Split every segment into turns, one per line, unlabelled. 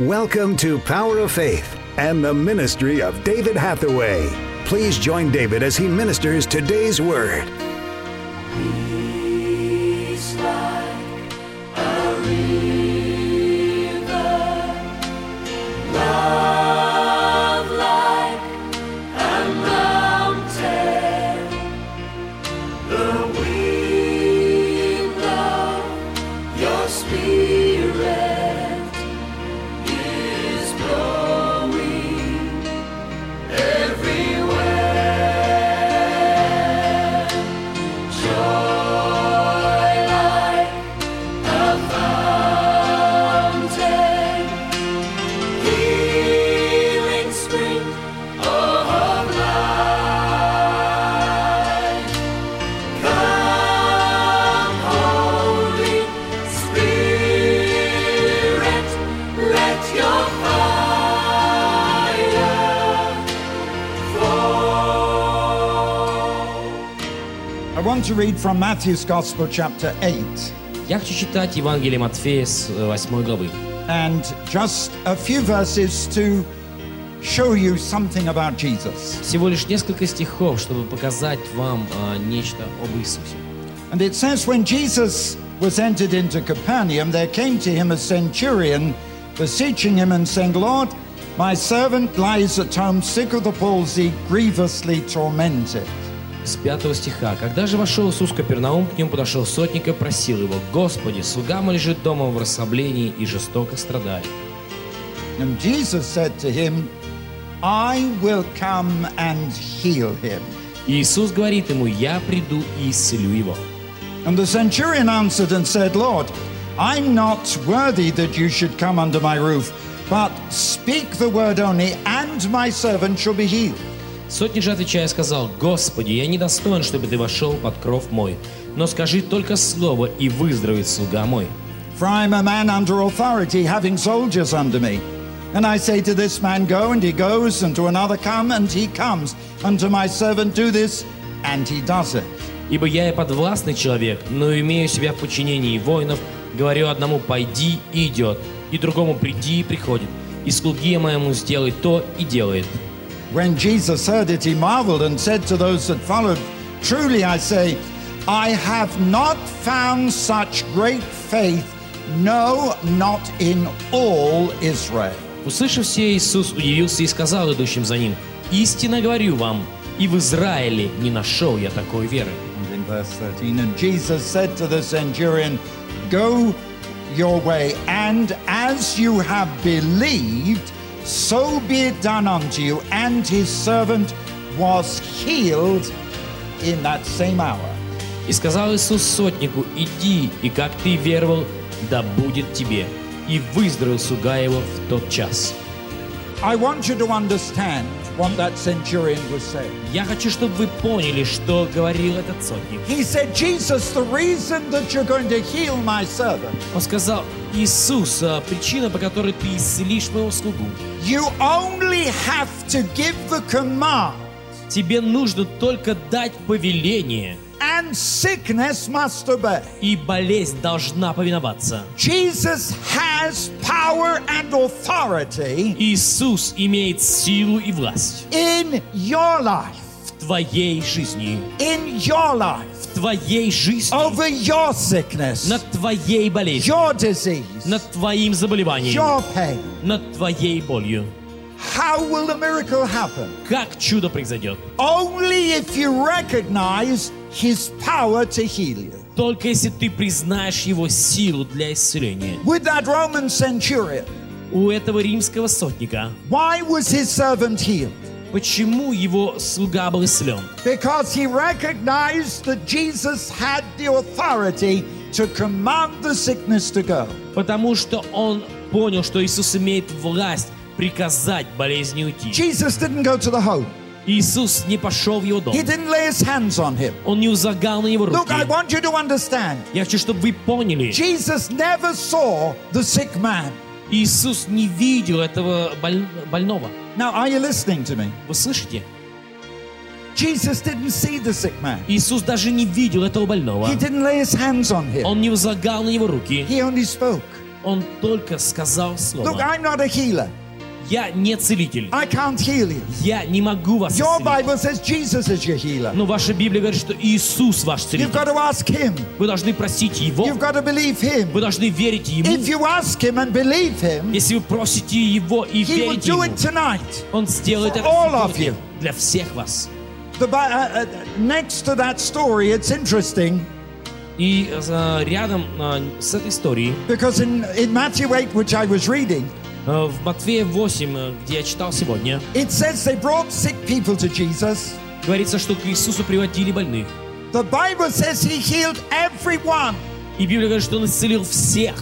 Welcome to Power of Faith and the ministry of David Hathaway. Please join David as he ministers today's word.
Peace like a river, love like a mountain. The wind of your spirit is blowing everywhere. Joy like a fountain, healing spring of life. Come, Holy Spirit, let your fire fall.
I want to read from Matthew's Gospel, chapter 8,
Я хочу читать Евангелие Матфея с 8 главы.
and just a few verses to show you something about Jesus.
Всего лишь несколько стихов, чтобы показать вам а, нечто об Иисусе.
And it says, When Jesus was entered into Capernaum, there came to him a centurion, beseeching him and saying, Lord, my servant lies at home, sick of the palsy, grievously tormented.
С 5 стиха. «Когда же вошел Иисус в Капернаум, к нему подошел сотник и просил его, «Господи, слуга мой лежит дома в расслаблении и жестоко страдает».
And Jesus said to him, I will come and heal him.
И Иисус говорит ему, «Я приду и исцелю его».
And the centurion answered and said, Lord, I'm not worthy that you should come under my roof, but speak the word only, and my servant shall be healed.
Сотник же отвечая сказал, «Господи, я не достоин, чтобы ты вошел под кров мой, но скажи только слово, и выздоровеет слуга мой».
For I am a man under authority, having soldiers under me. And I say to this man, Go, and he goes, and to another, Come, and he comes, and to my servant, Do this, and he does it.
Ибо я и подвластный человек, но имею себя в подчинении воинов, говорю одному «пойди» и идет, и другому «приди» и приходит, и слуге моему «сделай то» и делает.
When Jesus heard it, he marveled and said to those that followed, Truly I say, I have not found such great faith, no, not in all Israel.
Услышав все, Иисус удивился и сказал идущим за ним, «Истинно говорю вам, и в Израиле не нашел я такой веры».
And in verse 13, and Jesus said to the centurion, Go your way, and as you have believed, so be it done unto you. And his servant was healed in that same hour.
И сказал Иисус сотнику, «Иди, и как ты веровал, да будет тебе». И выздоровел слуга его в тот час.
I want you to understand what that centurion was saying.
Я хочу, чтобы вы поняли, что говорил этот сотник.
He said, Jesus, the reason that you're going to heal my servant,
Он сказал, Иисус, а, причина, по которой ты исцелишь моего слугу,
you only have to give the command,
тебе нужно только дать повеление,
and sickness must obey.
и болезнь должна повиноваться.
Jesus has power and authority
Иисус имеет силу и власть
in your life,
в твоей жизни,
in your life,
в твоей жизни,
over your sickness,
над твоей болезнью,
your disease,
над твоим заболеванием,
your pain.
над твоей болью.
How will the miracle happen?
Как чудо произойдет?
Only if you recognize his power to heal you.
Только если ты признаешь Его силу для исцеления.
With that Roman centurion,
У этого римского сотника,
why was his servant healed?
почему его слуга был исцелен?
Because he recognized that Jesus had the authority to command the sickness to go.
Потому что он понял, что Иисус имеет власть приказать болезни уйти.
Jesus didn't go to the home,
Иисус не пошел в его дом.
he didn't lay his hands on him.
Он не узагал на его
Look,
руки.
I want you to understand
Я хочу, чтобы вы поняли,
Jesus never saw the sick man.
Иисус не видел этого боль- больного.
Now, are you listening to me?
Вы слышите?
Jesus didn't see the sick man,
Иисус даже не видел этого больного.
he didn't lay his hands on him,
Он не узагал на его руки.
he only spoke.
Он только сказал
Look,
слово.
I'm not a healer.
Я не целитель.
I can't heal you.
Я не могу вас
Your
исцелить.
Bible says Jesus is your healer.
Но ваша Библия говорит, что Иисус ваш
You've
целитель.
got to ask Him.
Вы должны просить Его.
You've got to believe Him.
Вы должны верить Ему.
If you ask Him and believe Him,
Если вы просите Его и
He will
верите
do
Ему,
it tonight.
Он сделает это
all of
сегодня
you.
для всех вас.
The, Bi- uh, uh, next to that story, it's interesting
И э, рядом э, с этой историей,
because in, in Matthew 8, which I was reading,
э, в Матфея 8, э, где я читал сегодня,
it says they brought sick people to Jesus.
говорится, что к Иисусу приводили больных.
The Bible says He healed everyone.
И Библия говорит, что Он исцелил всех.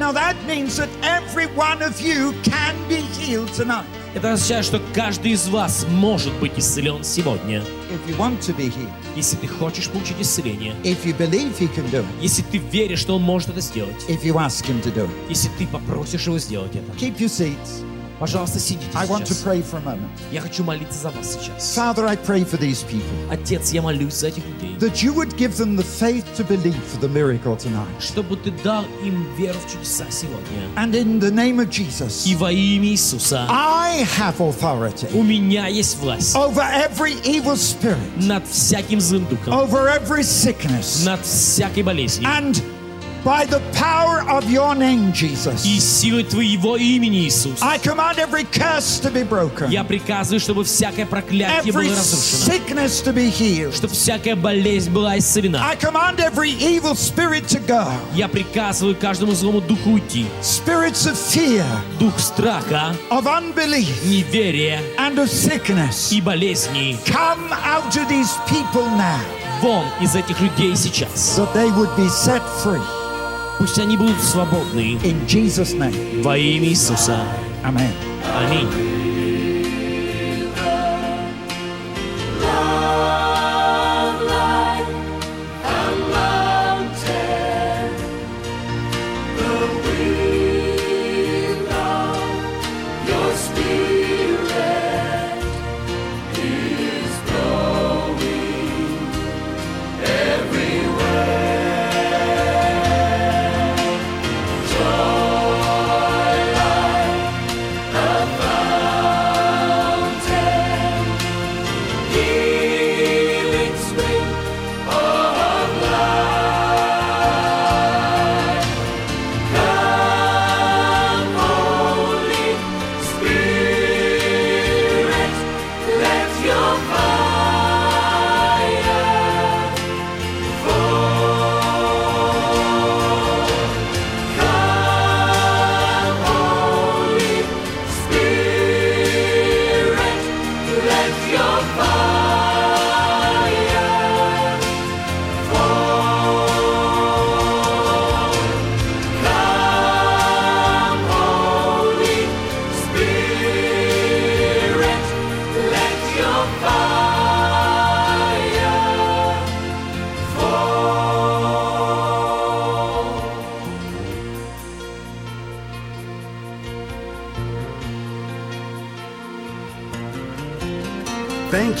Now that means that every one of you can be healed tonight
Это означает, что каждый из вас может быть исцелен сегодня.
if you want to be healed.
Если ты хочешь получить исцеление,
If you believe He can do it.
если ты веришь, что Он может это сделать,
If you ask Him to do it.
если ты попросишь Его сделать это,
Keep your seats.
пожалуйста, сидите
I want to
сейчас.
pray for a moment.
Я хочу молиться за вас сейчас.
Father, I pray for these people
Отец, я молюсь за этих людей,
that you would give them the faith to believe for the miracle tonight.
чтобы ты дал им веру в чудеса сегодня.
And in the name of Jesus,
И во имя Иисуса
I have
у
authority
меня есть власть
over every evil spirit,
над всяким злым духом,
over every sickness,
над всякой болезнью.
and by the power of your name,
И
Jesus.
силой Твоего имени, Иисус,
I command every curse to be broken,
я приказываю, чтобы всякое проклятие было
every
разрушено.
sickness to be healed.
чтобы всякая болезнь была исцелена.
I command every evil spirit to go.
Я приказываю каждому злому духу уйти.
Spirits of fear,
Дух страха,
of unbelief,
неверия
and of sickness.
и болезней
Come out of these people now
вон из этих людей сейчас.
that they would be set free
Пусть они будут свободны
in Jesus' name.
во имя Иисуса.
Amen.
Аминь.
Love like a mountain, the wind of your spirit is blowing everywhere. Joy like a mountain. Healing spring of life. Come, Holy Spirit, let your fire fall. Come, Holy Spirit, let your fire fall. Come, Holy Spirit, let your fire fall.
Thank